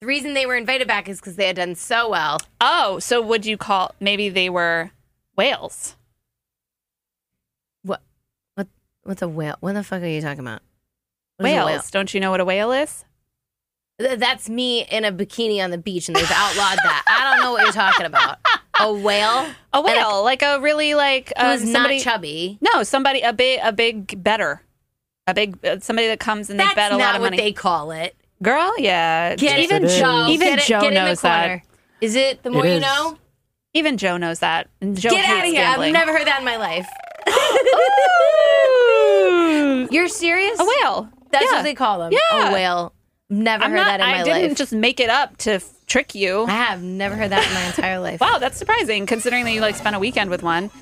The reason they were invited back is because they had done so well. Oh, so would you call maybe they were whales? What? What? What's a whale? What the fuck are you talking about? What is a Whales. whale? Don't you know what a whale is? Th- That's me in a bikini on the beach, and they've outlawed that. I don't know what you're talking about. A whale A whale, like a really like um, who's somebody. not chubby. no, somebody a big a big better, a big uh, somebody that comes and they That's bet a not lot of what money. they call it. Girl, yeah, Get Yes, even it is. Joe. Even get it, Joe get in the knows that. corner. Is it the more you is. know? even Joe knows that. And Joe Get hates out of here! I've Gambling. never heard that in my life. Ooh. You're serious? a whale. That's yeah. what they call them. Yeah. A whale. Never I'm heard not, that in my I didn't life. just make it up to f- trick you. I have never heard that in my entire life. Wow, that's surprising considering that you like spent a weekend with one.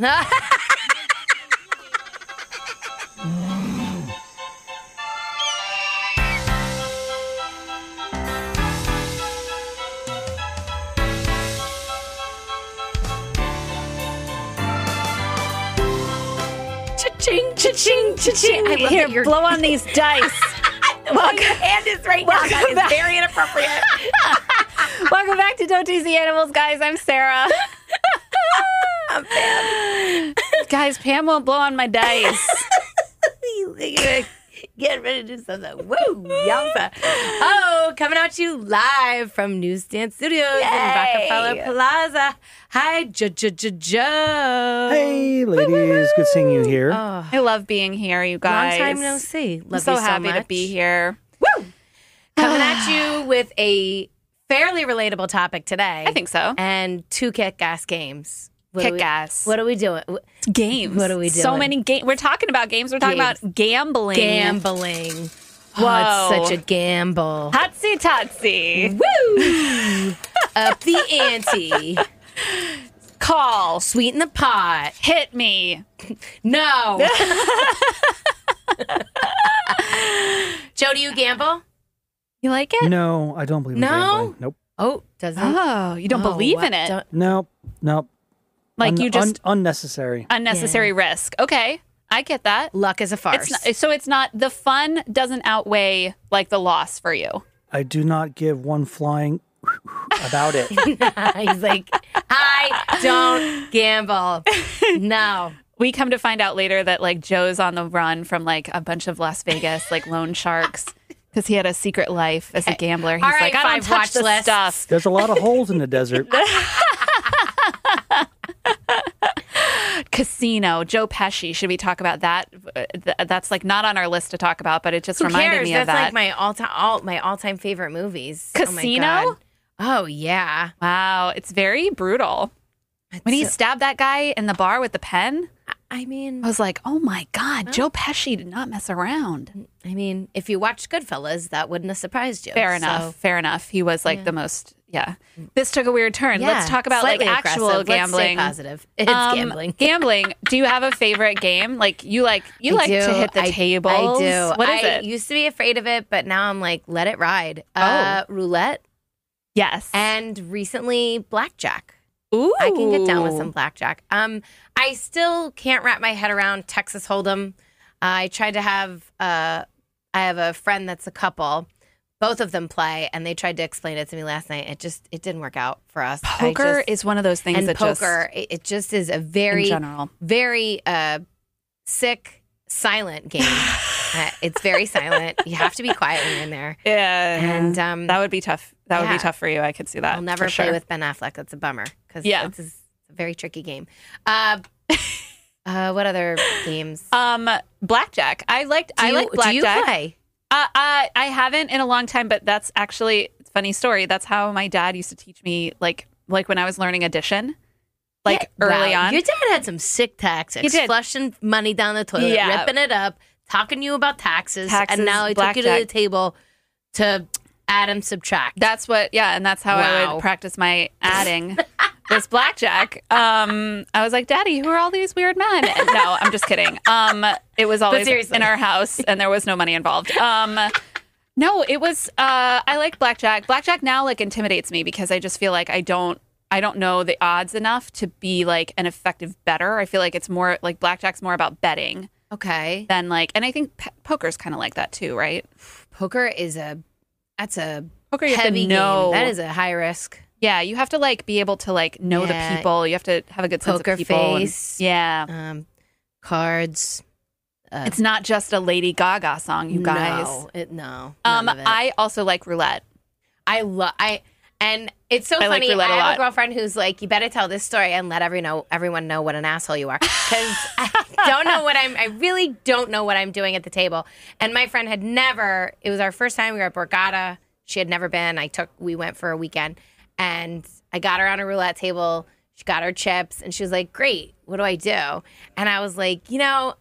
Cha-ching, cha-ching, cha-ching. I love Here, that you're blow on these dice. welcome, hand is right now. That is very inappropriate. welcome back to Don't Tease the Animals, guys. I'm Sarah. I'm bad. guys, Pam won't blow on my dice. Get ready to do something. Woo, yowza. Oh, coming at you live from Newsstand Studios in Rockefeller Plaza. Hi, Joe. Hey, ladies, good seeing you here. Uh, I love being here, you Long guys. time no see. Love I'm so you happy much. to be here. Coming at you with a fairly relatable topic today. I think so. And two kick ass games. What do Kick we- ass. What are we doing? W- games? what are we So doing? many games. We're talking about games. We're talking Games. about gambling. Gambling. Oh, Whoa. it's such a gamble. Hotsy totsy. Woo! Up the ante. Call. Sweeten the pot. Hit me. No. Joe, do you gamble? You like it? No, I don't believe in No? gambling. Nope. Oh, doesn't. Oh, you don't Oh, believe what- in it. don't- Nope. Nope. like Un- you just un- unnecessary. unnecessary risk. Okay, I get that. luck is a farce. It's not, so it's not the fun doesn't outweigh like the loss for you. I do not give one flying about it. He's like, I don't gamble. No. We come to find out later that like Joe's on the run from like a bunch of Las Vegas like loan sharks because he had a secret life as a gambler. He's All right, like, I five don't touch watch the lists. stuff. There's a lot of holes in the desert. Casino, Joe Pesci. Should we talk about that? Uh, th- That's like not on our list to talk about, but it just Who reminded cares? me That's of that. like my all time all my all time favorite movies. Casino? Oh, my God. oh yeah. wow, it's very brutal. When he stabbed that guy in the bar with the pen, I mean, I was like, oh my God, Joe Pesci did not mess around. I mean, if you watched Goodfellas, that wouldn't have surprised you. Fair So- enough. Fair enough. He was like the most, yeah. This took a weird turn. Let's Yeah, talk about like slightly actual aggressive. gambling. Let's stay positive. It's Um, gambling. gambling. Do you have a favorite game? Like you like you I like do. to hit the I- table. I do. What is I it? used to be afraid of it, but now I'm like, let it ride. Uh, Oh. roulette yes. and recently blackjack. Ooh. I can get down with some blackjack. Um, I still can't wrap my head around Texas Hold'em. I tried to have uh, I have a friend that's a couple. Both of them play, and they tried to explain it to me last night. It just it didn't work out for us. I Poker just- is one of those things and that poker. it, it just is a just in very general. very uh, sick silent game. uh, it's very silent. You have to be quiet when you're in there. Yeah. And um, that would be tough. That would yeah. be tough for you. I could see that. I'll never for play sure. with Ben Affleck. That's a bummer because Yeah. it's a very tricky game. Uh, uh, what other games? um blackjack. I liked Do I you- like blackjack. Do you play? Uh, uh, I haven't in a long time, but that's actually funny story. That's how my dad used to teach me, like like when I was learning addition, like Yeah. early Wow. on. Your dad had some sick tactics. He did. Flushing money down the toilet, Yeah. ripping it up, talking to you about taxes, Taxes, and now I took you to blackjack. the table to add and subtract. That's what, yeah, and that's how I Wow. would practice my adding. This blackjack. Um, I was like, Daddy, who are all these weird men? And no, I'm just kidding. Um, it was always seriously. in our house, and there was no money involved. Um, no, it was. Uh, I like blackjack. Blackjack now like intimidates me because I just feel like I don't. I don't know the odds enough to be like an effective better. I feel like it's more like blackjack's more about betting okay. than like, and I think p- poker's kind of like that too, right? Poker is a that's a Poker, you have Heavy to know. game. That is a high risk. yeah, you have to like be able to like know Yeah. the people. You have to have a good sense Poker of people. and- face. yeah, Um, cards. Uh, it's not just a Lady Gaga song, you guys. No, it, no um, none of it. I also like roulette. I love I and it's so I like funny. roulette I a have lot. a girlfriend who's like, "You better tell this story and let every know everyone know what an asshole you are," because I don't know what I'm. I really don't know what I'm doing at the table. And my friend had never. It was our first time. We were at Borgata. She had never been. I took. We went for a weekend, and I got her on a roulette table. She got her chips, and she was like, "Great, what do I do?" And I was like, "You know,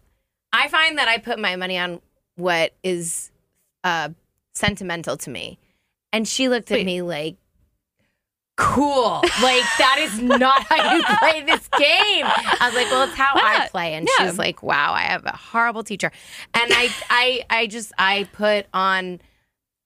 I find that I put my money on what is uh, sentimental to me. And she looked at Wait. me like, cool. Like, that is not how you play this game. I was like, well, it's how I That- play. And yeah. she's like, wow, I have a horrible teacher. And I, I, I just, I put on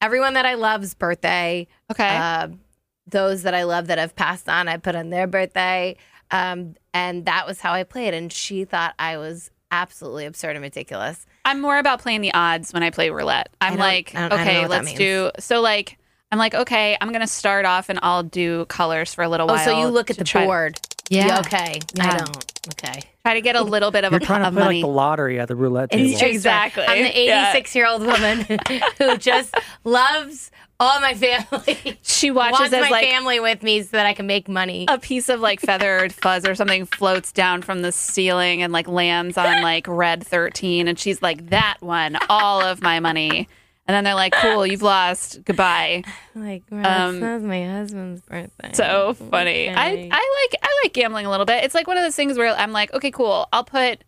everyone that I love's birthday, Okay. um, those that I love that have passed on, I put on their birthday. Um, and that was how I played. And she thought I was absolutely absurd and ridiculous. I'm more about playing the odds when I play roulette. I'm don't- like, I don't- I don't know okay, what that let's do. So like, I'm like, okay, I'm gonna start off and I'll do colors for a little Oh, while. so you look at to the try, board. Yeah. Okay. I Yeah. don't. Okay. Try to get a little bit of You're a trying to of play money. like the lottery at the roulette It's table. a true story. Exactly. I'm the Yeah. 86 year old woman who just loves all my family. she watches Wants as my like family with me so that I can make money. a piece of like feathered fuzz or something floats down from the ceiling and like lands on like red 13 and she's like that one all of my money and then they're like cool you've lost goodbye Like, Um, that was my husband's birthday. so funny I, Okay. I like i like gambling a little bit it's like one of those things where i'm like okay cool i'll put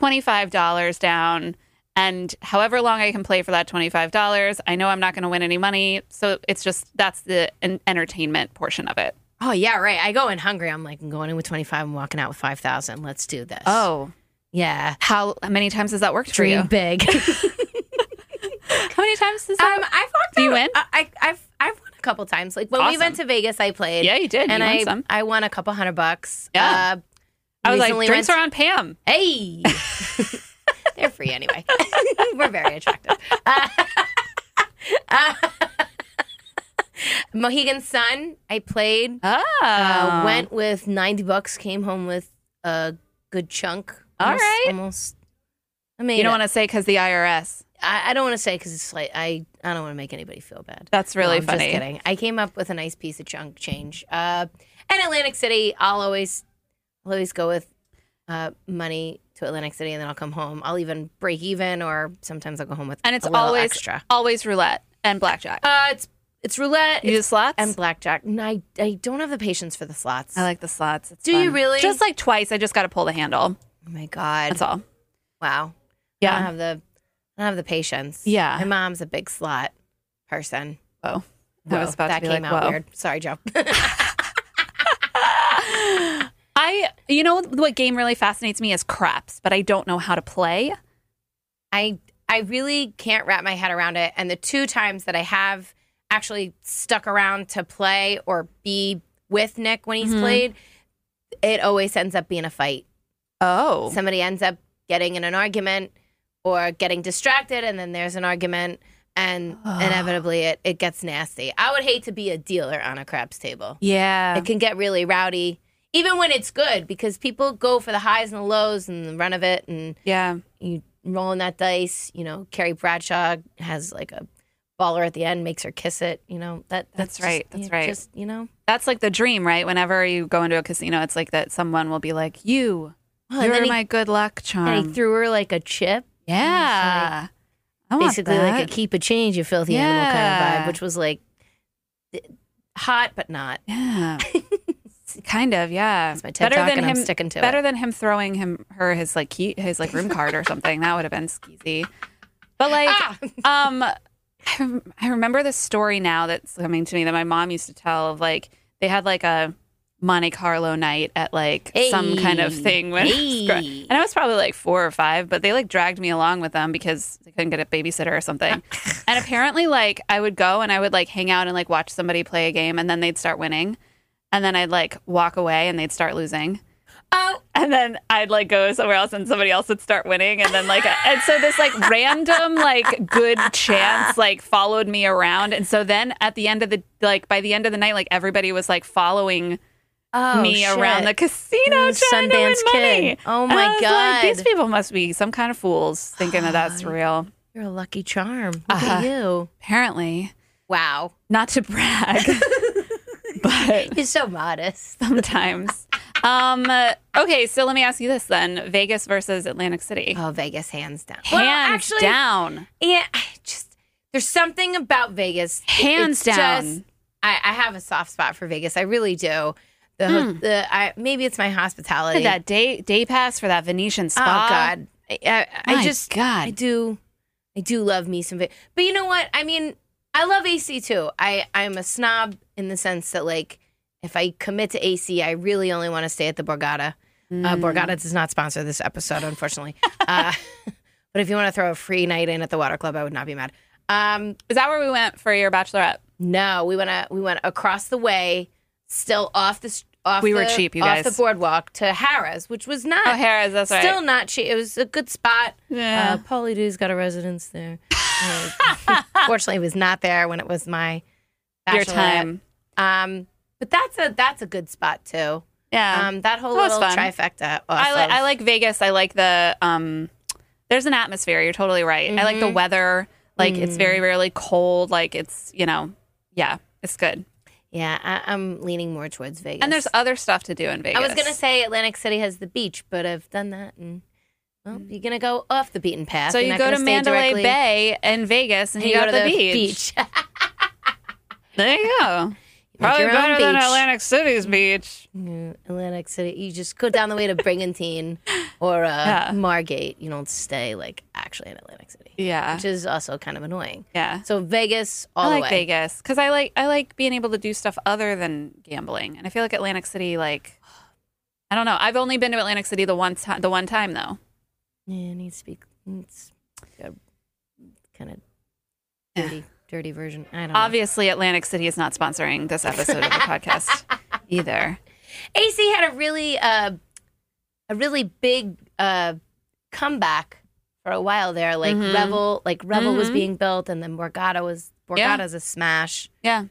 $25 down and however long i can play for that $25 i know i'm not going to win any money so it's just that's the en- entertainment portion of it oh, yeah, right. I go in hungry. I'm like, I'm going in with 25 and walking out with 5,000. Let's do this. Oh. yeah. how many times has that worked for you Dream big. How many times does that? Um, I've walked. Do you out- win? I, I, I've I've won a couple times. Like when we Awesome. went to Vegas, I played. Yeah, you did. You And won I some. I won a couple hundred bucks. Yeah. Uh, I was like, recently drinks went- are on Pam. Hey, they're free anyway. We're very attractive. Uh, uh, Mohegan Sun. I played. Oh, Uh, went with ninety bucks. Came home with a good chunk. All Almost- right. Almost. I mean, You don't want to say because the IRS. I, I don't want to say because it's like I I don't want to make anybody feel bad. That's really No, I'm funny. Just kidding. I came up with a nice piece of chunk change. Uh, and Atlantic City, I'll always, I'll always go with uh, money to Atlantic City, and then I'll come home. I'll even break even, or sometimes I'll go home with And it's a little always extra. always roulette and blackjack. Uh, it's it's roulette you do it's, slots? and blackjack. And I I don't have the patience for the slots. I like the slots. It's Do you fun. really? Just like twice, I just got to pull the handle. oh my god! That's all. Wow. I don't Yeah. have the I don't have the patience. Yeah. My mom's a big slot person. Whoa. I was Whoa, about to that be came like, out whoa. weird. Sorry, Joe. I, you know, what game really fascinates me is craps, but I don't know how to play. I I really can't wrap my head around it. And the two times that I have actually stuck around to play or be with Nick when he's Mhm. played, it always ends up being a fight. Oh. Somebody ends up getting in an argument or getting distracted, and then there's an argument, and Ugh. inevitably it, it gets nasty. I would hate to be a dealer on a craps table. Yeah. It can get really rowdy, even when it's good, because people go for the highs and the lows and the run of it, and Yeah. you rolling that dice. You know, Carrie Bradshaw has like a baller at the end, makes her kiss it. You know that. That's just- right, that's you right. Just you know, That's like the dream, right? Whenever you go into a casino, it's like that someone will be like, you, Well, Oh, and you're then he, my good luck charm. and he threw her like a chip, Yeah. I want basically that. like a keep a change, you filthy animal kind of Yeah. vibe, which was like th- hot but not. yeah. kind of, yeah. That's my TED talk, and I'm sticking to better it. than him throwing him her his like key his like room card or something. That would have been skeezy. But like Ah! um I, rem- I remember this story now that's coming to me that my mom used to tell of like they had like a Monte Carlo night at like some kind of Hey. thing when I was gro- Hey. and I was probably like four or five, but they like dragged me along with them because they couldn't get a babysitter or something. and apparently, like I would go and I would like hang out and like watch somebody play a game, and then they'd start winning, and then I'd like walk away and they'd start losing. oh, and then I'd like go somewhere else, and somebody else would start winning, and then like, and so this like random like good chance like followed me around, and so then at the end of the like by the end of the night, like everybody was like following Oh, me around the shit. casino Mm, trying to win Sundance money. Kid. Oh And I my was like, God. These people must be some kind of fools thinking that that's real. You're a lucky charm. Look at Uh-huh. you. Apparently, Wow. not to brag, but He's so modest. sometimes. Um, uh, okay, so let me ask you this then: Vegas versus Atlantic City, Oh, Vegas, hands down. hands well, actually, down. Yeah, I just there's something about Vegas. Hands It's down. just- I, I have a soft spot for Vegas. I really do. The, ho- the I, maybe it's my hospitality. Hmm. that day day pass for that Venetian oh spa. God, I, I, I My just God. I do, I do love me some Vegas. But you know what? I mean, I love AC too. I I'm a snob in the sense that like if I commit to AC, I really only want to stay at the Borgata. Uh, Mm. Borgata does not sponsor this episode, unfortunately. uh, but if you want to throw a free night in at the Water Club, I would not be mad. Um, Is that where we went for your bachelorette? no, we went uh, we went across the way, still off the s- off. We were the- cheap, you off guys. the boardwalk to Harrah's, which was not O'Hara's, Oh, that's right. Uh, still not cheap. It was a good spot. Yeah. Uh, Paulie Doo's got a residence there. Uh, Fortunately, he was not there when it was my your uh, bachelorette. time. Um, but that's a that's a good spot too. Yeah. Um, that whole That was little fun. trifecta. Off I like of- I like Vegas. I like the um there's an atmosphere. You're totally right. I Mm-hmm. like the weather. Like it's Mm. very rarely cold. Like it's, you know, yeah, it's good. Yeah, I, I'm leaning more towards Vegas. And there's other stuff to do in Vegas. I was gonna say Atlantic City has the beach, but I've done that, and well, you're gonna go off the beaten path. Mm. So You're you not go gonna to stay Mandalay directly- Bay in Vegas and, and you, go, to the, beach. beach. There you go. Make Probably your own better than beach. Atlantic City's beach. Mm, Atlantic City. You just go down the way to Brigantine or uh, Yeah. Margate. You don't stay like actually in Atlantic City, Yeah. which is also kind of annoying. Yeah. So Vegas all I the like way. Vegas because I like I like being able to do stuff other than gambling, and I feel like Atlantic City, like I don't know. I've only been to Atlantic City the one time, the one time though. Yeah, it needs to be it's a kind of Yeah. dirty, dirty version. I don't know. Obviously, Atlantic City is not sponsoring this episode of the podcast either. AC had a really uh, a really big uh, comeback for a while there. Like Mhm. Revel, like Revel was Mhm. being built, and then Borgata was Yeah. Borgata's a smash. Yeah,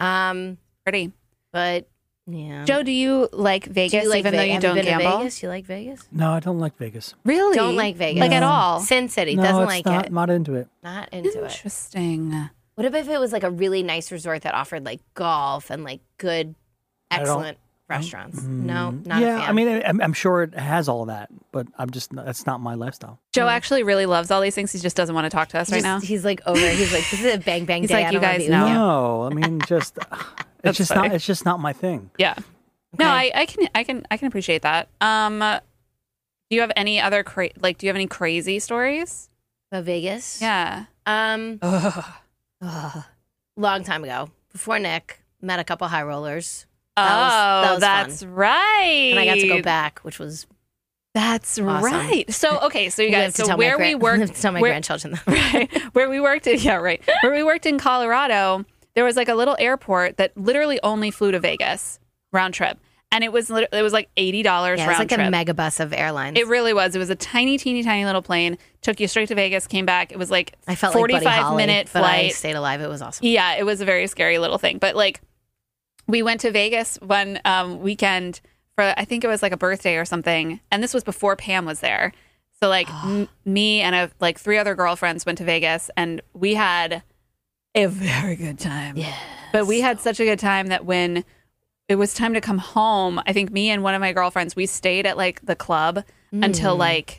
Um, pretty. but yeah. Joe, do you like Do you Vegas like even Ve- though you have don't been to gamble? Vegas? You like Vegas? No, I don't like Vegas. Really? Don't like Vegas. Like at No. all? Sin City no, doesn't it's like not, it. Not into it. Not into it. Interesting. What if it was like a really nice resort that offered like golf and like good, I don't- mm-hmm. excellent restaurants? No, not Mm. yeah, a fan. I mean, I- I'm, I'm sure it has all of that, but I'm just not- that's not my lifestyle. Joe actually really loves all these things. He just doesn't want to talk to us He right just- now. he's like over. He's like, this is a bang bang He's day. like, I "You don't wanna guys be with know." you." No, I mean, just it's just funny. not it's just not my thing. Yeah. No, I, Okay. I can I can I can appreciate that. Um, do you have any other cra- like Do you have any crazy stories? But Vegas. Yeah. Um, Ugh. ugh, long time ago, before Nick, met a couple high rollers, oh, was- that was that's right. and I got to go back, which was That's Awesome. right. So okay, so you we have guys, to so tell where my we gran- worked, we have to tell my where, grandchildren. that. right, where we worked, in, yeah, right, where we worked in Colorado, there was like a little airport that literally only flew to Vegas round trip, and it was lit- it was like eighty dollars Yeah, it's round like trip. a megabus of airlines. It really was. It was a tiny, teeny, tiny little plane. Took you straight to Vegas. Came back. It was like I felt like forty-five Buddy Holly, minute but I flight. stayed alive. It was awesome. Yeah, it was a very scary little thing. But like, we went to Vegas one um, weekend for I think it was like a birthday or something, and this was before Pam was there. So like, m- me and a, like three other girlfriends went to Vegas, and we had a very good time. Yeah. But we had such a good time that when it was time to come home, I think me and one of my girlfriends we stayed at like the club until like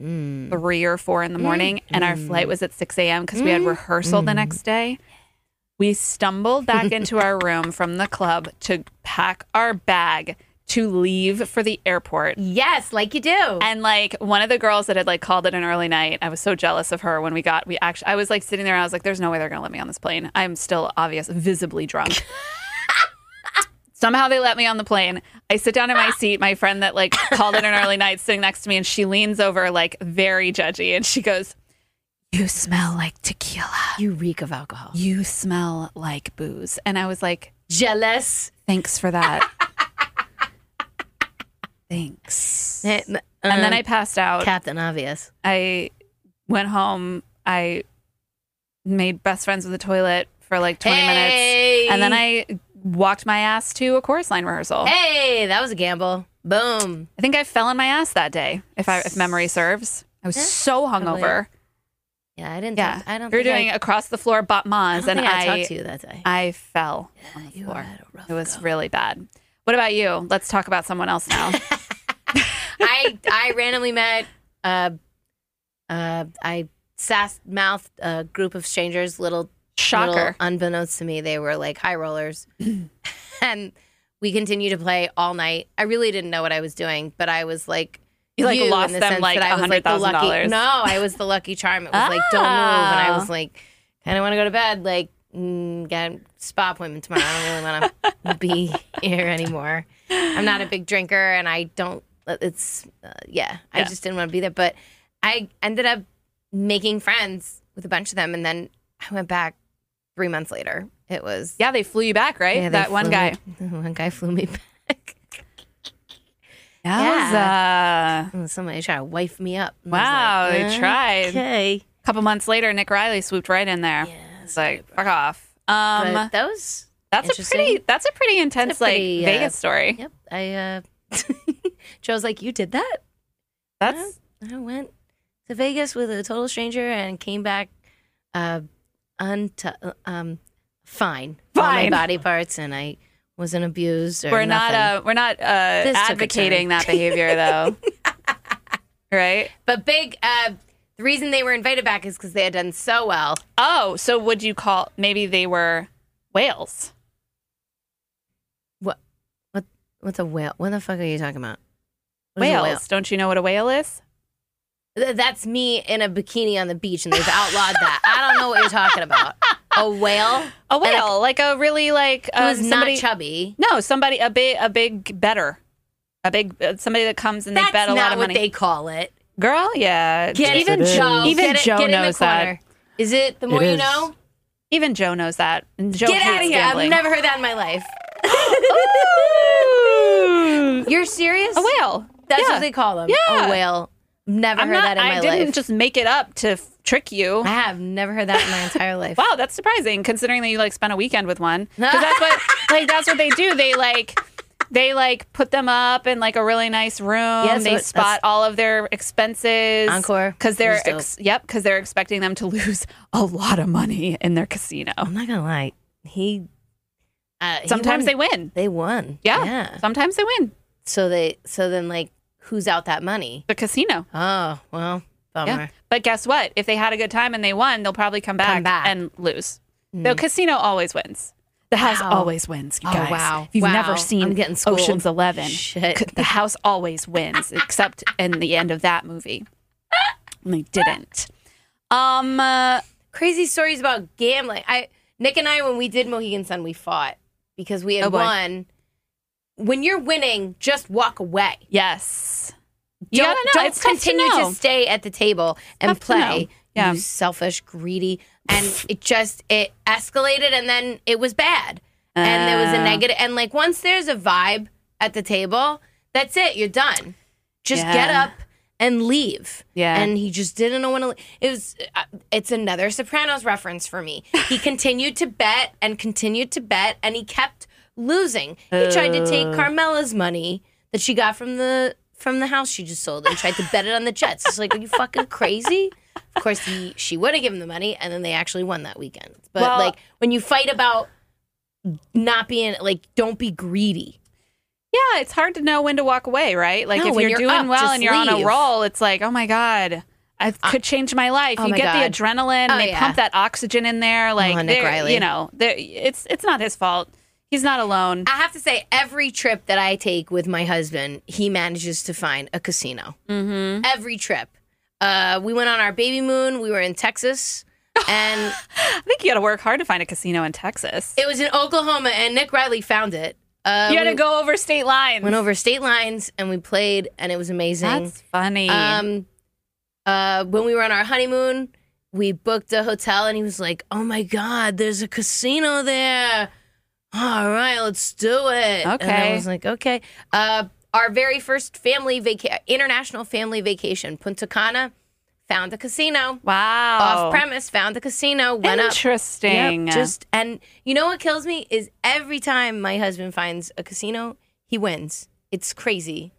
Mm. three or four in the morning, and our flight was at 6 a.m. because we had rehearsal the next day. We stumbled back into our room from the club to pack our bag to leave for the airport. Yes, like you do. And like one of the girls that had like called it an early night, I was so jealous of her when we got we actually I was like sitting there and I was like, there's no way they're gonna let me on this plane. I'm still obvious visibly drunk. Somehow they let me on the plane. I sit down in my seat. My friend that like called it an early night sitting next to me, and she leans over like very judgy, and she goes, "You smell like tequila. You reek of alcohol. You smell like booze." And I was like, Jealous. Thanks for that. thanks. And um, then I passed out. Captain Obvious. I went home. I made best friends with the toilet for like 20 minutes. Hey! And then I walked my ass to a chorus line rehearsal. Hey, that was a gamble. Boom. I think I fell on my ass that day, if I if memory serves. I was Yeah, so hungover. Yeah, I didn't. Yeah. Think, I don't. we were think I- doing across the floor I, Batmas, don't and think I, I talked to you that day. I fell on the you floor. had a rough It was go. really bad. What about you? Let's talk about someone else now. I I randomly met uh uh I sass mouthed a group of strangers, little Shocker. little unbeknownst to me, they were like high rollers. and we continued to play all night. I really didn't know what I was doing, but I was like You, like, lost in the them, sense like, that I was like the lucky. $100,000. No, I was the lucky charm. It was like don't move, and I Oh. was like, kind of want to go to bed. Like, mm, got a spa appointment tomorrow. I don't really want to be here anymore. I'm not a big drinker, and I don't. It's uh, yeah, I Yeah. just didn't want to be there. But I ended up making friends with a bunch of them, and then I went back three months later. It was yeah, they flew you back, right? yeah, they that one flew guy. me- one guy flew me back. That was, uh, And somebody tried to wife me up. And I was wow, like, they tried. Okay. A couple months later, Nick Riley swooped right in there. Yeah, It's like, fuck off. Um, but those that's a interesting. pretty. That's a pretty intense, pretty, uh, like Vegas story. Yep. I uh Joe's like, You did that? That's I went to Vegas with a total stranger and came back uh unto um fine. All my Fine. body parts and I wasn't abused or we're not, nothing. uh, we're not. uh This took a advocating that behavior though. right. but big uh the reason they were invited back is because they had done so well. Oh, so would you call? Maybe they were whales. What what what's a whale? What the fuck are you talking about? What is a Whales. whale? Don't you know what a whale is? Th- That's me in a bikini on the beach, and they've outlawed that. I don't know what you're talking about. A whale A whale, like a really like who um, is somebody. not chubby. no, somebody a big a big better, a big uh, somebody that comes and they That's bet a not lot of what money. they call it. Girl, yeah, Get Yes, even it is. Joe. Even get it, Joe get in knows the that. corner. Is it the more It you is. know? even Joe knows that. And Joe Get out of hates here! Gambling. I've never heard that in my life. You're serious? a whale. That's yeah. what they call them. Yeah. A whale. Never I'm heard not, that in my I didn't life. just make it up to f- trick you. I have never heard that in my entire life. Wow, that's surprising considering that you like spent a weekend with one. Because that's what like that's what they do. They like they like put them up in like a really nice room. Yes, they what- spot that's- all of their expenses. Encore. because they're It was ex- yep because they're expecting them to lose a lot of money in their casino. I'm not gonna lie. He. Uh, he won- Sometimes they win. They won. Yeah. Yeah. Sometimes they win So they. So then, like, who's out that money? the casino. Oh well, bummer. Yeah. But guess what? If they had a good time and they won, they'll probably come back, Come back. Hmm. and lose. The casino always wins. The house Wow. always wins, you Oh, guys. wow. If you've Wow. never seen I'm getting schooled. Ocean's Eleven, Shit. c- the house always wins, except in the end of that movie. And they didn't. Um, uh, Crazy stories about gambling. I Nick and I when we did Mohegan Sun, we fought because we had Oh, boy. won. When you're winning, just walk away. yes. You Don't, gotta know. don't it's tough continue to, to, know. stay at the table and tough to know. play. Yeah. You selfish, greedy, and it just it escalated, and then it was bad, and there was a Uh. negative. And like once there's a vibe at the table, that's it. You're done. Just get Yeah. up and leave. Yeah. And he just didn't know when to. It was. uh, It's another Sopranos reference for me. He continued to bet and continued to bet, and he kept losing. He tried to take Uh. Carmela's money that she got from the from the house she just sold and tried to bet it on the Jets. It's like, are you fucking crazy? Of course, he she would have given the money, and then they actually won that weekend. But Well- like when you fight about not being like, don't be greedy. Yeah, it's hard to know when to walk away, right? Like No, if when you're, you're doing up, well just and you're on a leave. roll, it's like, oh my god, I could change my life. oh you my get God. the adrenaline. Oh, they yeah. Oh, pump that oxygen in there, like Nick they're- Riley. You know, they're- it's it's not his fault. He's not alone. I have to say, every trip that I take with my husband, he manages to find a casino. Mm-hmm. Every trip. Uh, we went on our baby moon. We were in Texas, and I think you got to work hard to find a casino in Texas. it was in Oklahoma. And Nick Riley found it. Uh, you had we to go over state lines. Went over state lines, and we played, and it was amazing. That's funny. Um, uh, when we were on our honeymoon, we booked a hotel, and he was like, "Oh my god, there's a casino there! All right, let's do it." and I Okay. was like, "Okay." Uh, Our very first family vaca- international family vacation, Punta Cana, found a casino. Wow. Off premise, found a casino, went up. Interesting. Yep, just and you know what kills me is every time my husband finds a casino, he wins. It's crazy.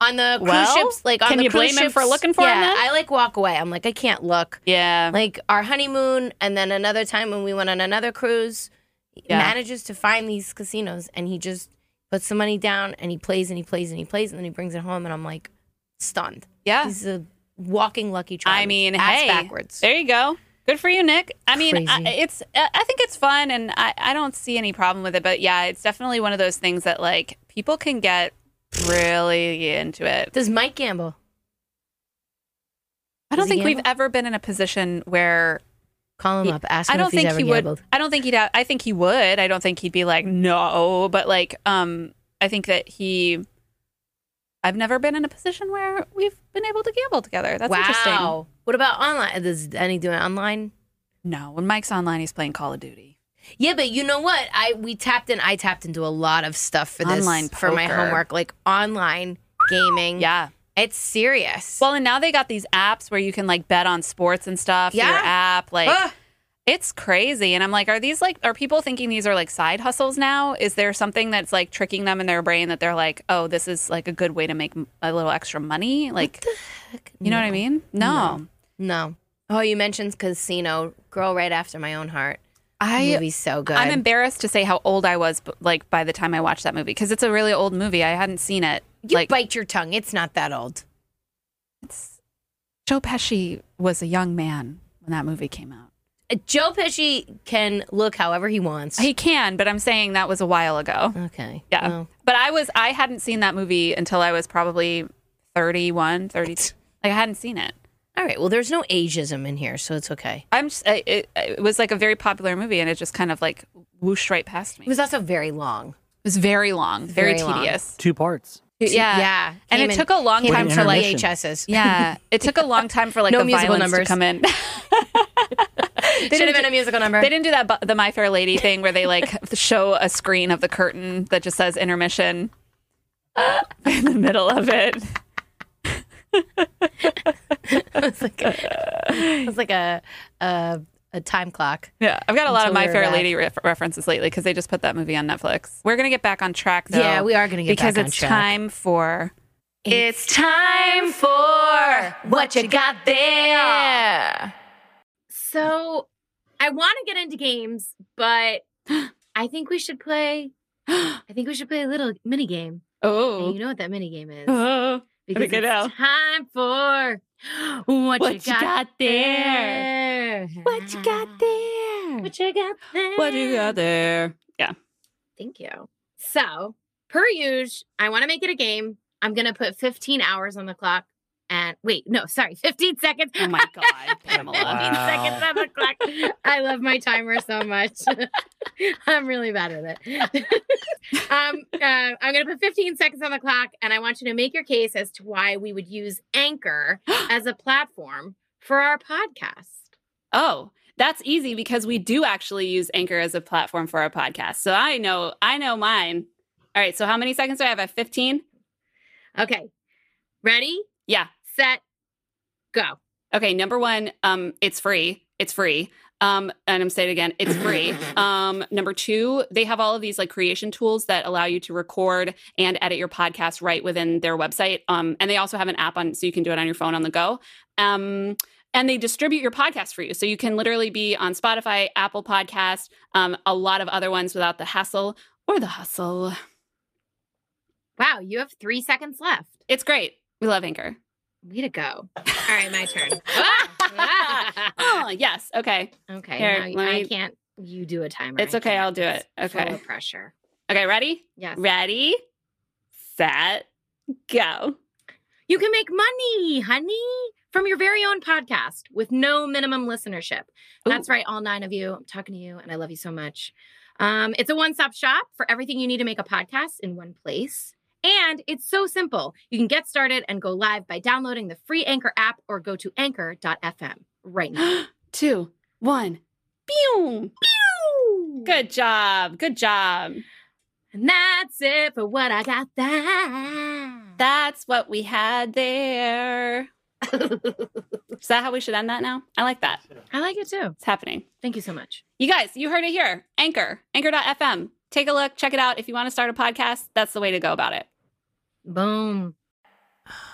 On the cruise Well, ships, like on can the you cruise blame him for ships- looking for 'em yeah, then? I like walk away. I'm like, I can't look. yeah. Like our honeymoon, and then another time when we went on another cruise, he Yeah. manages to find these casinos, and he just puts the money down, and he plays and he plays and he plays, and then he brings it home, and I'm like stunned. yeah. He's a walking lucky charm. Ah. I mean, ass hey, backwards. There you go. Good for you, Nick. I mean, I, Crazy. it's. I I think it's fun, and I, I don't see any problem with it. But yeah, it's definitely one of those things that like people can get really into it. Does Mike gamble? I don't Does he think we've gamble? ever been in a position where Call him He- up. Ask him I don't if he's think ever he would. gambled. I don't think he'd. I think he would. I don't think he'd be like no, but like um, I think that he. I've never been in a position where we've been able to gamble together. That's interesting. What about online? Uh, Does any do it online? No, when Mike's online, he's playing Call of Duty. Yeah, but you know what? I we tapped in. I tapped into a lot of stuff for this Online for my poker. homework, like online gaming. Yeah. it's serious. Well, and now they got these apps where you can like bet on sports and stuff. Yeah. Your Yeah. app, like Ugh. it's crazy. And I'm like, are these like are people thinking these are like side hustles now? Is there something that's like tricking them in their brain that they're like, oh, this is like a good way to make m- a little extra money? Like, you know what I mean? No. no. Oh, you mentioned casino. Girl, right after my own heart. I Movie's so good. I'm embarrassed to say how old I was, but, like by the time I watched that movie, because it's a really old movie. I hadn't seen it. you like bite your tongue. It's not that old. Joe Pesci was a young man when that movie came out. Uh, Joe Pesci can look however he wants. He can, but I'm saying that was a while ago. okay. Yeah. Well, But I was I hadn't seen that movie until I was probably 31, 32. Like I hadn't seen it. all right. Well, there's no ageism in here, so it's okay. I'm just I, it, it was like a very popular movie and it just kind of like whooshed right past me. It was also very long. It was very long, very, Very long. tedious. Two parts. Yeah. Yeah. And Came it in- took a long came time in for like intermission. VHSs. yeah, it took a long time for like No the musical violence numbers. to come in. Should have been a musical number. They didn't do that bu- the My Fair Lady thing where they like show a screen of the curtain that just says intermission in the middle of it. It's like a, it's like a, a a time clock. Yeah, I've got a lot Until of My we're Fair back. Lady ref- references lately because they just put that movie on Netflix. We're gonna get back on track though. Yeah, we are gonna get because back on it's track. time for It's time for what you got there. So, I want to get into games, but I think we should play. I think we should play a little mini game. And oh. you know what that mini game is? oh. Because think I it's know. time for what, What you got, there. What you got there? What you got there? What you got there? Thank you. So, per usual, I want to make it a game. I'm going to put 15 hours on the clock. And wait, no, sorry, 15 seconds. Oh my God, 15 Pamela. seconds on the clock. I love my timer so much. I'm really bad at it. um, uh, I'm going to put 15 seconds on the clock, and I want you to make your case as to why we would use Anchor as a platform for our podcast. Oh, that's easy because we do actually use Anchor as a platform for our podcast. So I know, I know mine. All right. So how many seconds do I have? I have fifteen. Okay, ready, Yeah. set, go. Okay, number one, um, it's free. It's free. Um, and I'm saying it again, it's free. um, number two, they have all of these like creation tools that allow you to record and edit your podcast right within their website. Um, and they also have an app on so you can do it on your phone on the go. Um, and they distribute your podcast for you. So you can literally be on Spotify, Apple Podcast, um, a lot of other ones without the hassle or the hustle. Wow, you have three seconds left. It's great. We love Anchor. Way to go. All right, my turn. oh, yes. Okay. okay, Here, now let I me- can't. You do a timer. It's I okay, can't. I'll do it. It's full Okay. of pressure. Okay, ready? Yes. Ready, set, go. You can make money, honey, from your very own podcast with no minimum listenership. That's right, all nine of you. I'm talking to you, and I love you so much. Um, it's a one stop shop for everything you need to make a podcast in one place. And it's so simple. You can get started and go live by downloading the free Anchor app or go to anchor.fm right now. Two, one, boom. Good job. Good job. And that's it for what I got there. That's what we had there. Is that how we should end that now? I like that. I like it too. It's happening. Thank you so much. You guys, you heard it here. Anchor, anchor.fm. Take a look, check it out. If you want to start a podcast, that's the way to go about it. Boom.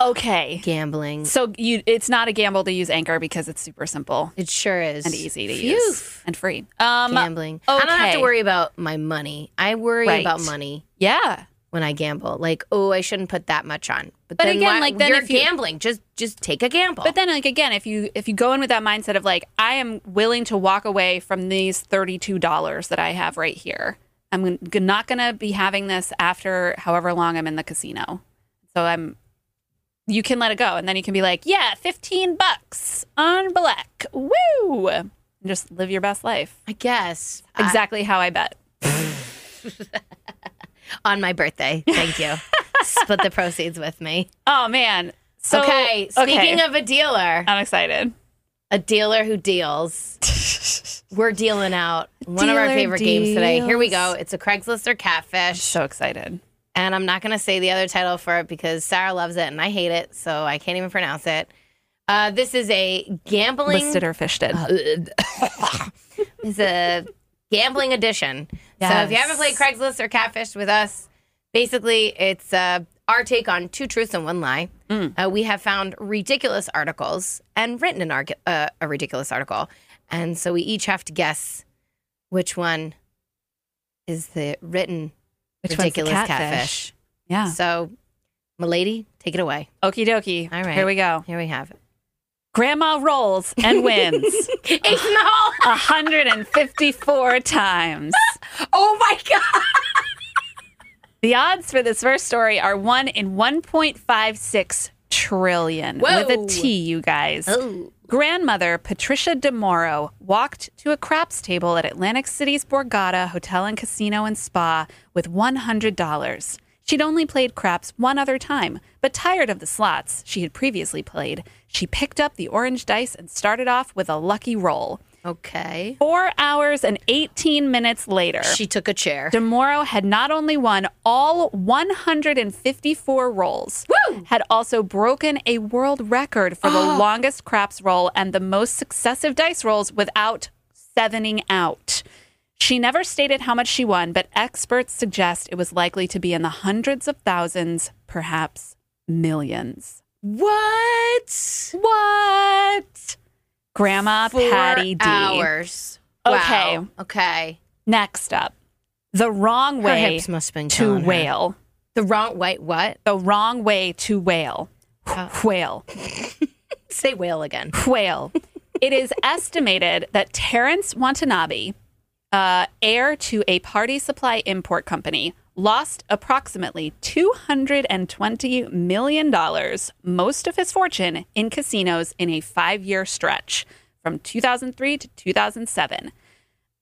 Okay. Gambling. So you it's not a gamble to use Anchor because it's super simple It sure is. and easy to Phew. use and free. Um Gambling. I don't have okay. to worry about my money. I worry Right. about money yeah. when I gamble. Like, oh, I shouldn't put that much on. But, But then again, why- like, then you're if you- gambling. Just just take a gamble. But then like again, if you if you go in with that mindset of like I am willing to walk away from these $32 that I have right here. I'm g- not going to be having this after however long I'm in the casino. So I'm you can let it go and then you can be like, "Yeah, 15 bucks on black." Woo! And just live your best life. I guess I- Exactly how I bet. Uh, on my birthday. Thank you. Split the proceeds with me. Oh man. So, okay. Speaking of a dealer, I'm excited. a dealer who deals. We're dealing out one of our Dealer favorite games today. Here we go. deals. It's a Craigslist or catfish. So excited. and I'm not going to say the other title for it because Sarah loves it and I hate it, so I can't even pronounce it. Uh, this is a gambling. Listed or fished. Uh, is a gambling edition. So if you haven't played Yes. Craigslist or Catfish with us, basically it's uh, our take on two truths and one lie. Mm. Uh, we have found ridiculous articles and written an arg- uh, a ridiculous article, and so we each have to guess which one is the written Which one's the ridiculous catfish? yeah. So, milady, take it away. Okie dokie. All right. Here we go. Here we have it. Grandma rolls and wins Ace in the hole. 154 times. Oh my god! The odds for this first story are 1 in 1.56 trillion. Whoa. With a T, you guys. Oh, Grandmother Patricia DeMorrow walked to a craps table at Atlantic City's Borgata Hotel and Casino and Spa with $100. She'd only played craps one other time, but tired of the slots she had previously played, she picked up the orange dice and started off with a lucky roll. okay. Four hours and 18 minutes later, She took a chair. DeMorrow had not only won all 154 rolls, had also broken a world record for the longest craps roll and the most successive dice rolls without sevening out. She never stated how much she won, but experts suggest it was likely to be in the hundreds of thousands, perhaps millions. What? What? Grandma Four Patty D. hours. Okay. Wow. Okay. Next up, the wrong Her way hips must have been to killing her. whale. The wrong wait. What? the wrong way to whale. Uh. Whale. Say whale again. Whale. it is estimated that Terrence Watanabe, uh, heir to a party supply import company, lost approximately $220 million, most of his fortune, in casinos in a five year stretch from 2003 to 2007.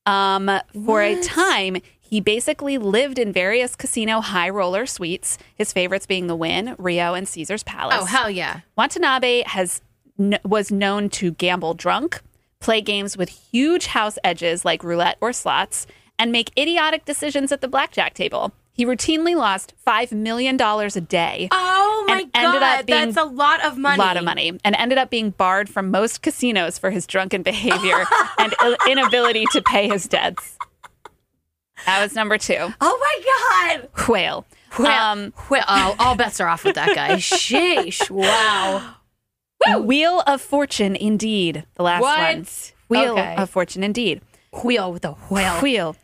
Um, for a time, he basically lived in various casino high roller suites, his favorites being the Wynn, Rio, and Caesar's Palace. Oh hell yeah! Watanabe has kn- was known to gamble drunk, play games with huge house edges like roulette or slots, and make idiotic decisions at the blackjack table. He routinely lost five million dollars a day. Oh my ended up God, being that's a lot of money. A lot of money, and ended up being barred from most casinos for his drunken behavior and Ill- inability to pay his debts. That was number two. Oh my god! Whale. Um, Whale. Oh, all bets are off with that guy. Sheesh! Wow. Wheel of Fortune, indeed. The last What? one. Wheel Okay. of Fortune, indeed. Wheel with a whale. Wheel.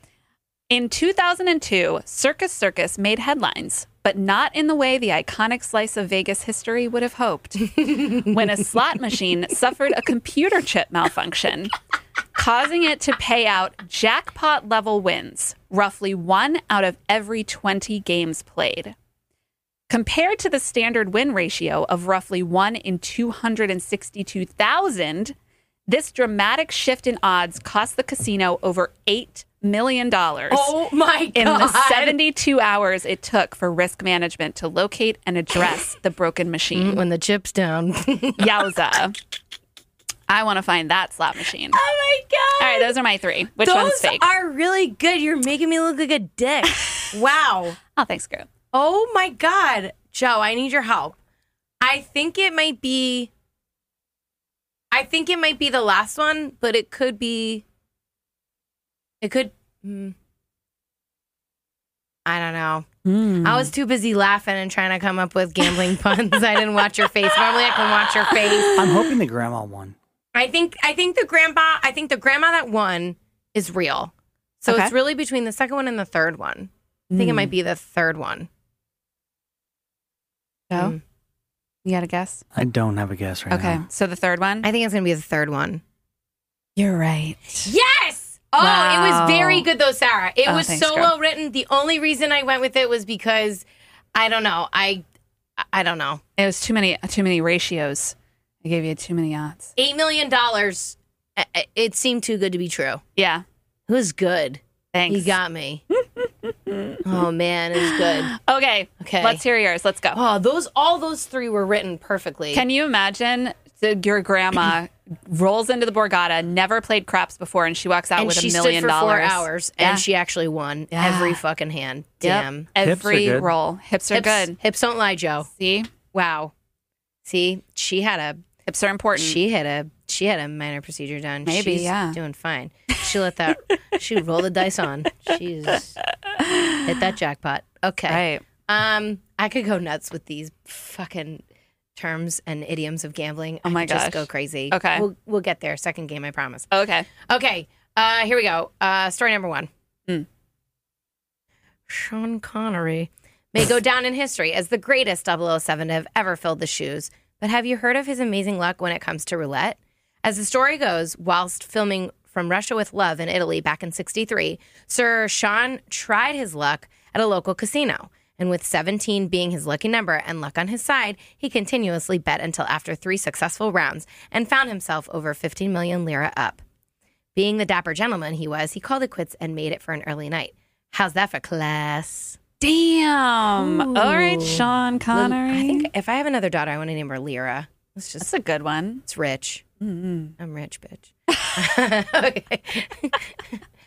In 2002, Circus Circus made headlines, but not in the way the iconic slice of Vegas history would have hoped. when a slot machine suffered a computer chip malfunction, causing it to pay out jackpot level wins, roughly one out of every 20 games played. Compared to the standard win ratio of roughly 1 in 262,000, this dramatic shift in odds cost the casino over $8 million Oh my god! in the 72 hours it took for risk management to locate Mm. and address the broken machine. Oh when the chip's down. Yowza. I want to find that slot machine. Oh my god! All right, those are my three. Which Those one's fake? are really good. You're making me look like a dick. wow. oh, thanks, girl. Oh my god, Joe, I need your help. I think it might be. I think it might be the last one, but it could be. It could. hmm. I don't know. Hmm. I was too busy laughing and trying to come up with gambling puns. I didn't watch your face. Normally, I can watch your face. I'm hoping the grandma won. I think I think the grandpa I think the grandma that won is real. So Okay. it's really between the second one and the third one. I think it might be the third one. No, Mm. you got a guess? I don't have a guess right Okay, now. so the third one. I think it's gonna be the third one. You're right. Yes! Oh, it Wow. was very good though, Sarah. It Oh, was thanks, so girl. well written. The only reason I went with it was because I don't know. I I don't know. It was too many too many ratios. I gave you too many odds. Eight million dollars. I- I- It seemed too good to be true. Yeah. It was good. Thanks. You got me. oh man, it was good. Okay. Okay. Let's hear yours. Let's go. Oh, those all those three were written perfectly. Can you imagine the, your grandma rolls into the Borgata, never played craps before, and she walks out and with she a million stood for four dollars? hours, Yeah. and she actually won Yeah. every fucking hand. Yep. Damn, Hips are Every good. roll. Hips are hips, good. Hips don't lie, Joe. See? Wow. See, she had a Hips are important. she had a she had a minor procedure done. Mm. Maybe, She's yeah. doing fine. She let that she rolled the dice on. She's hit that jackpot. Okay. right. Um, I could go nuts with these fucking terms and idioms of gambling. Oh I my could gosh. just go crazy. Okay. we'll we'll get there. Second game, I promise. Okay. Okay, uh, here we go. Uh, story number one. Hmm. Sean Connery may go down in history as the greatest 007 to have ever filled the shoes, but have you heard of his amazing luck when it comes to roulette? As the story goes, whilst filming From Russia with Love in Italy back in 63, Sir Sean tried his luck at a local casino. And with 17 being his lucky number and luck on his side, he continuously bet until after three successful rounds and found himself over 15 million lira up. Being the dapper gentleman he was, he called it quits and made it for an early night. How's that for class? Damn. All right, Sean Connery. I think if I have another daughter, I want to name her Lyra. It's just that's a good one. it's rich. I'm rich, bitch. okay.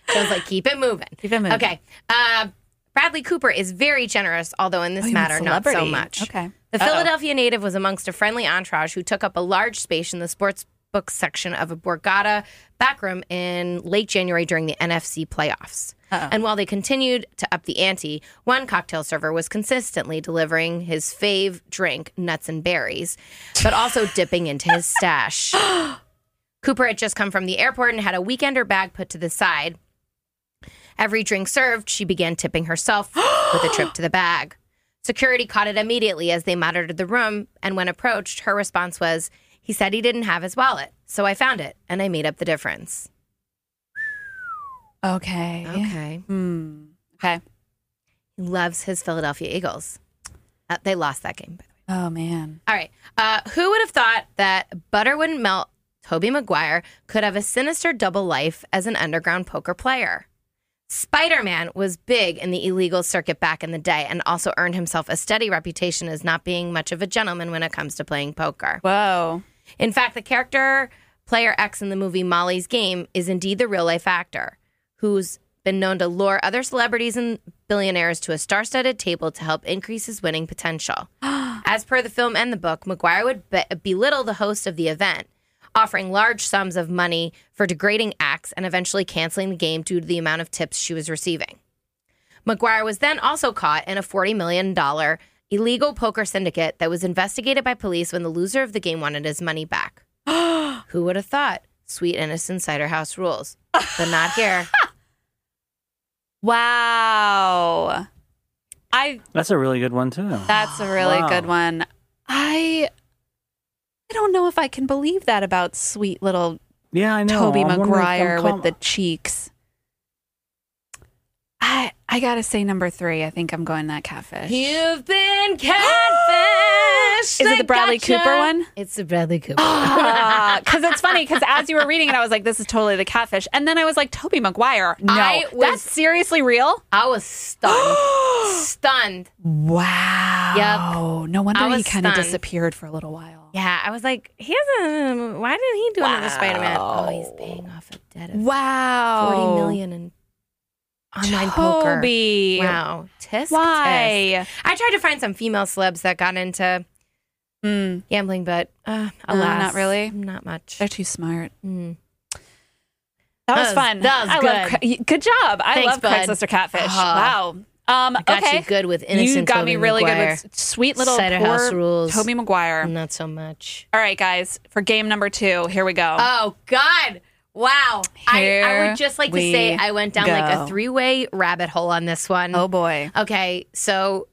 Sounds like keep it moving. Keep it moving. Okay. Uh, Bradley Cooper is very generous, although in this Oh, you mean matter, not so celebrity. much. Okay. The Uh-oh. Philadelphia native was amongst a friendly entourage who took up a large space in the sports book section of a Borgata backroom in late January during the NFC playoffs. And while they continued to up the ante, one cocktail server was consistently delivering his fave drink, nuts and berries, but also dipping into his stash. Cooper had just come from the airport and had a weekender bag put to the side. Every drink served, she began tipping herself with a trip to the bag. Security caught it immediately as they monitored the room, and when approached, her response was, He said he didn't have his wallet, so I found it, and I made up the difference. Okay. Okay. Hmm. Okay. He loves his Philadelphia Eagles. Uh, they lost that game, by the way. Oh man. All right. Uh, who would have thought that butter wouldn't melt? Toby Maguire could have a sinister double life as an underground poker player. Spider Man was big in the illegal circuit back in the day and also earned himself a steady reputation as not being much of a gentleman when it comes to playing poker. Whoa. In fact, the character player X in the movie Molly's Game is indeed the real life actor who's been known to lure other celebrities and billionaires to a star studded table to help increase his winning potential. As per the film and the book, McGuire would be- belittle the host of the event, offering large sums of money for degrading acts and eventually canceling the game due to the amount of tips she was receiving. McGuire was then also caught in a $40 million illegal poker syndicate that was investigated by police when the loser of the game wanted his money back. Who would have thought? Sweet innocent cider house rules. But not here. Wow. I That's a really good one too. that's a really Wow. good one. I I don't know if I can believe that about sweet little yeah, I know. Toby I'm wondering if Maguire I'm with the com- cheeks. I I gotta say number three. I think I'm going that catfish. You've been catfished. Is it the Bradley Cooper one? It's the Bradley Cooper. Because Ah, it's funny. Because as you were reading it, I was like, "This is totally the catfish," and then I was like, "Toby Maguire, no, I was- that's seriously real." I was stunned. stunned. Wow. No wonder I he was kind of stunned. disappeared for a little while. Yeah, I was like, he doesn't. Why didn't he do another Spider Man? Oh, he's Wow. paying off a debt of Wow. forty million in online poker. Toby. Wow, tisk, tisk. Why? I tried to find some female celebs that got into Mm, gambling, but uh, Uh, alas, not really? not much. they're too smart. Mm. That, That was, was- fun. that was I Love, good. Cra- good job. I Thanks, love bud. Craigslist or Catfish. Uh-huh. wow. Um, I got okay. you good with innocent. You got me Tobey really Maguire. good with s- sweet little Cider poor House rules. Toby Maguire. Not so much. All right, guys, for game number two, here we go. Uh, Oh God! Wow. I, I Here would just like to we say I went down like go. a three-way rabbit hole on this one. oh boy. Okay, so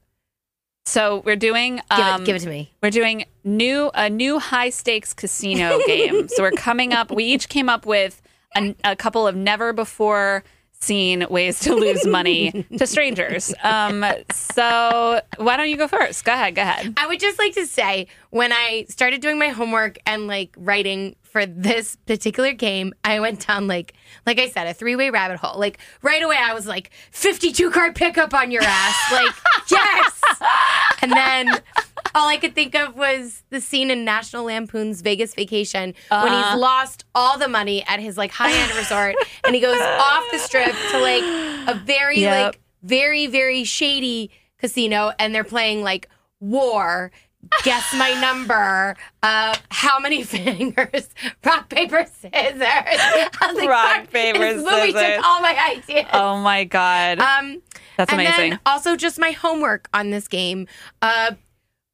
So we're doing give um, it give it to me. We're doing new a new high stakes casino game. So we're coming up. We each came up with a, a couple of never before seen ways to lose money to strangers. Um, so why don't you go first? Go ahead. Go ahead. I would just like to say when I started doing my homework and like writing for this particular game, I went down like like I said, a three-way rabbit hole. Like right away I was like 52 card pickup on your ass. Like, yes. And then all I could think of was the scene in National Lampoon's Vegas Vacation when Uh-huh. he's lost all the money at his like high-end resort and he goes off the strip to like a very Yep. like very very shady casino and they're playing like war guess my number uh how many fingers rock paper scissors I was like, Rock, fuck, paper, this movie scissors. took all my ideas Oh my god, um that's and amazing. then also just my homework on this game uh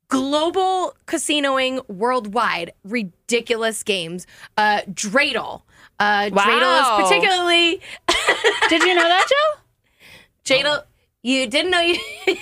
global casinoing worldwide ridiculous games uh dreidel uh Wow. dreidel is particularly Did you know that, Joe? dreidel you didn't know you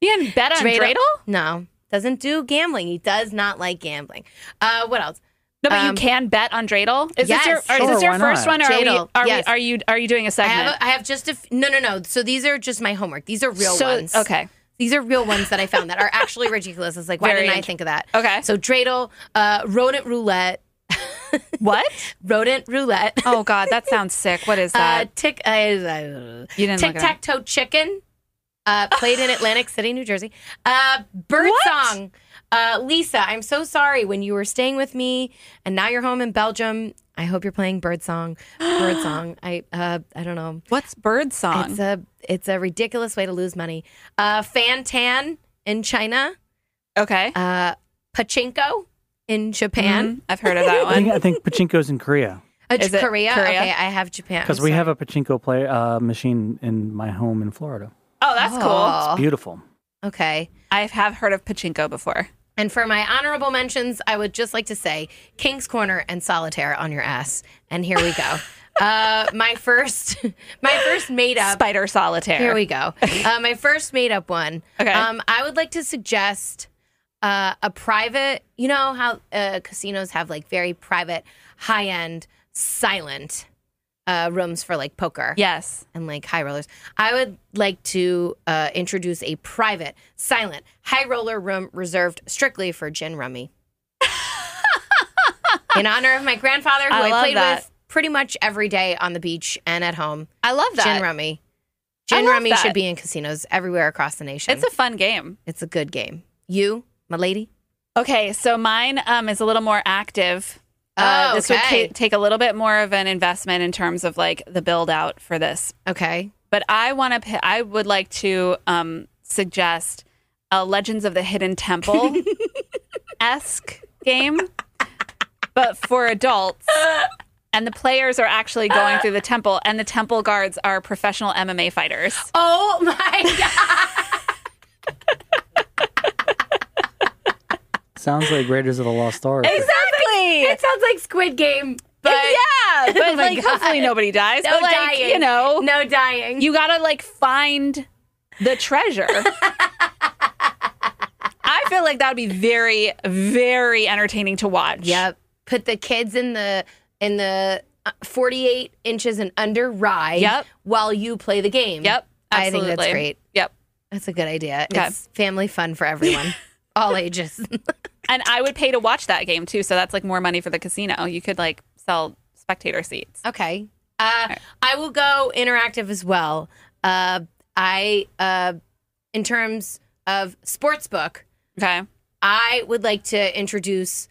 You didn't bet on Dreidel. No, doesn't do gambling. He does not like gambling. Uh, what else? No, but you Um, can bet on Dreidel. Is this yes. your, or is this Sure, your why first not? one? Or are, we, Dreidel, are, yes. we, are you are you doing a I segment? have, a, I have just a f- no, no, no. So these are just my homework. These are real so ones. okay, These are real ones that I found that are actually ridiculous. It's like, why Very didn't I int- think of that? okay. So dreidel, uh, rodent roulette, what? rodent roulette, Oh god, that sounds sick. What is uh, that? tick, uh, uh, you didn't look tic it up. tac toe chicken, uh, played in Atlantic City, New Jersey. Uh, bird What? song. Uh, Lisa, I'm so sorry when you were staying with me and now you're home in Belgium. I hope you're playing bird song. Bird song. I uh, I don't know. What's bird song? It's a it's a ridiculous way to lose money. Uh, fan tan in China. okay. Uh, pachinko in Japan. Mhm. I've heard of that I think, one. I think pachinko's in Korea Uh, Mm-hmm. Is it Korea? Korea? Okay, I have Japan. because we have a pachinko play uh, machine in my home in Florida. Oh, that's cool. Beautiful. cool. Oh, Okay. I have heard of pachinko before. And for my honorable mentions, I would just like to say King's Corner and Solitaire on your ass. And here we go. uh, my first, my first made up. Spider solitaire. Here we go. Uh, my first made up one. Okay. Um, I would like to suggest uh, a private. You know how uh, casinos have like very private, high end, silent uh, rooms for like poker yes. and like high rollers. I would like to uh, introduce a private, silent, high roller room reserved strictly for gin rummy. In honor of my grandfather, who I I, love played that. with pretty much every day on the beach and at home. I love that. Gin rummy. Gin love rummy that. should be in casinos everywhere across the nation. It's a fun game. it's a good game. You, my lady. Okay, so mine um, is a little more active. Uh, Oh, this okay. would ca- take a little bit more of an investment in terms of like the build out for this. Okay. But I want to. I would like to um, suggest a Legends of the Hidden Temple esque game, but for adults. And the players are actually going through the temple, and the temple guards are professional MMA fighters. Oh my god. Sounds like Raiders of the Lost Ark. Exactly. it sounds like Squid Game, but yeah, but my like God. hopefully nobody dies. no but like dying. you know, no dying. you gotta like find the treasure. I feel like that would be very, very entertaining to watch. Yep. Put the kids in the in the uh, 48 inches and under ride. Yep. While you play the game. Yep. I think that's absolutely. great. Yep. That's a good idea. Okay. It's family fun for everyone, all ages. And I would pay to watch that game too. So that's like more money for the casino. You could like sell spectator seats. okay. Uh, I will go interactive as well. Uh, I uh, in terms of sports book, Okay. I would like to introduce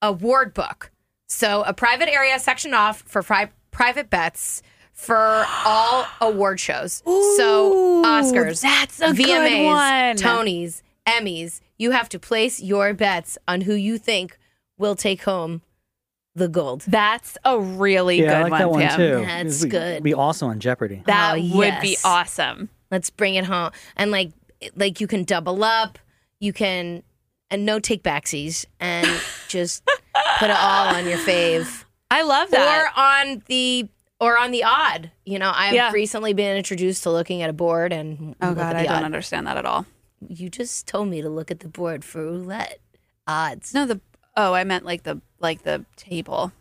a ward book. So a private area section off for pri- private bets for all award shows. so Oscars, that's a good VMAs, one. Tonys, Emmys. You have to place your bets on who you think will take home the gold. That's a really yeah, I good one, like that one Pam. too. That's It'd be- good. Be also on Jeopardy. That Oh, would be yes. awesome. Let's bring it home. And like like you can double up, you can and no take backsies and just put it all on your fave. I love that. Or on the or on the odd. You know, I've Yeah. recently been introduced to looking at a board and oh look god, at I the don't odd. understand that at all. You just told me to look at the board for roulette odds. No, the oh, I meant like the like the table.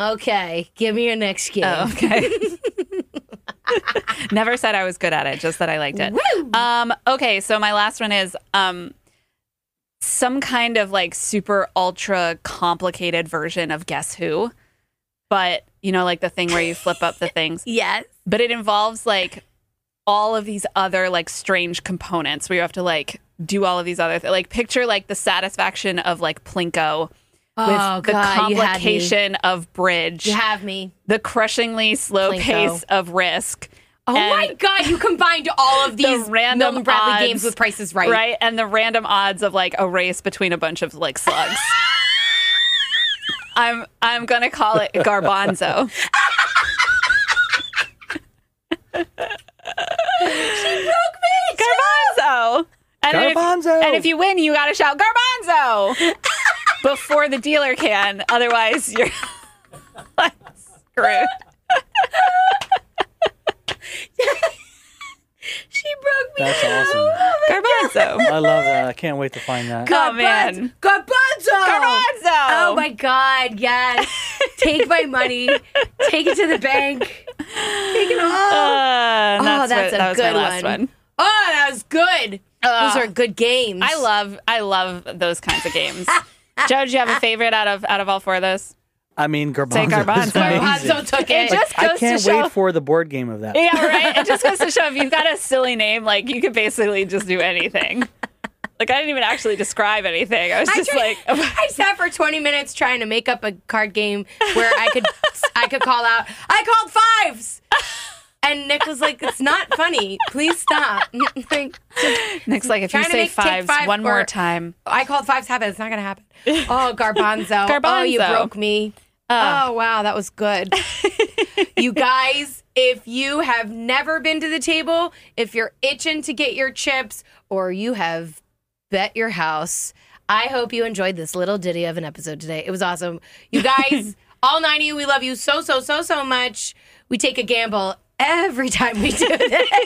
Okay, give me your next game. Oh, okay. Never said I was good at it, just that I liked it. Um, okay, so my last one is um some kind of like super ultra complicated version of guess who. But you know, like the thing where you flip up the things. Yes. But it involves like all of these other like strange components where you have to like do all of these other th- like picture like the satisfaction of like plinko with oh, the God, you had me. complication of bridge You have me. the crushingly slow Plinko. pace of risk. Oh my God! You combined all of these random Milton Bradley odds, games with prices right. Right. And the random odds of like a race between a bunch of like slugs. I'm I'm gonna call it garbanzo. she broke me. Garbanzo. And Garbanzo! If, and if you win, you gotta shout garbanzo before the dealer can. Otherwise, you're like, screwed. She broke me. That's awesome. Garbanzo. I love that. I can't wait to find that. Oh, man. Garbanzo. Garbanzo. Oh my God! Yes. Take my money. Take it to the bank. Take it all. Uh, Oh, that's that's what- a that was my good last Uh, one. oh, that was good. Those are good games. I love I love those kinds of games. Joe, do you have a favorite out of out of all four of those? I mean, garbanzo. Say garbanzo. is amazing. Garbanzo took it. It just I goes to can't show. wait for the board game of that. yeah, right. It just goes to show if you've got a silly name, like you could basically just do anything. Like I didn't even actually describe anything. I was I just tried- like, I sat for 20 minutes trying to make up a card game where I could I could call out I called fives. And Nick was like, "It's not funny. Please stop." Like, Nick's like, if you Trying to say make- take fives five one more or- time, I called fives happen. It's not gonna happen. Oh, garbanzo. Oh, you Garbanzo. Uh. broke me. oh wow, that was good. you guys, if you have never been to the table, if you're itching to get your chips, or you have bet your house, I hope you enjoyed this little ditty of an episode today. It was awesome. You guys, all nine of you, we love you so so so so much. We take a gamble every time we do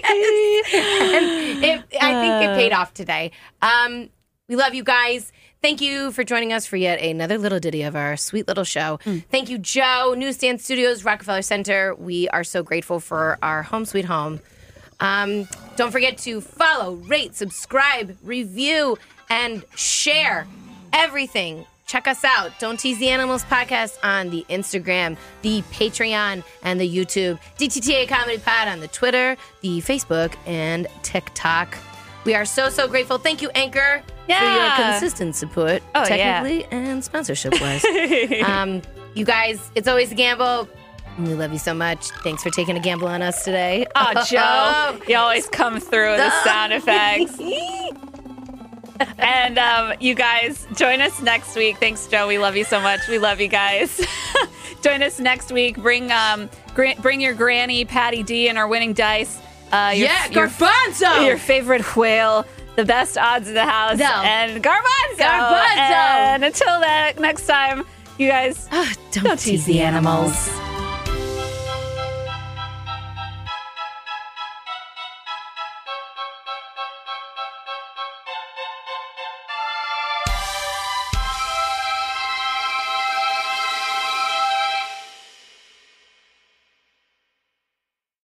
this. and it, I think it paid off today. Um, we love you guys. Thank you for joining us for yet another little ditty of our sweet little show. Thank you, Joe, Newsstand Studios, Rockefeller Center. We are so grateful for our home sweet home. Um, don't forget to follow, rate, subscribe, review, and share everything. Check us out. Don't Tease the Animals podcast on the Instagram, the Patreon, and the YouTube. DTTA Comedy Pod on the Twitter, the Facebook, and TikTok. We are so, so grateful. Thank you, Anchor, for your Yeah. consistent support, Oh, yeah. technically and sponsorship wise. um, you guys, it's always a gamble. We love you so much. Thanks for taking a gamble on us today. oh Joe, you always come through with the sound effects. and um, you guys join us next week thanks joe we love you so much we love you guys join us next week bring um, gra- bring your granny patty d and our winning dice uh, your, yeah, your, garbanzo. your favorite whale the best odds in the house No. and garbanzo Garbanzo. and until that next time you guys don't tease Ah, the animals.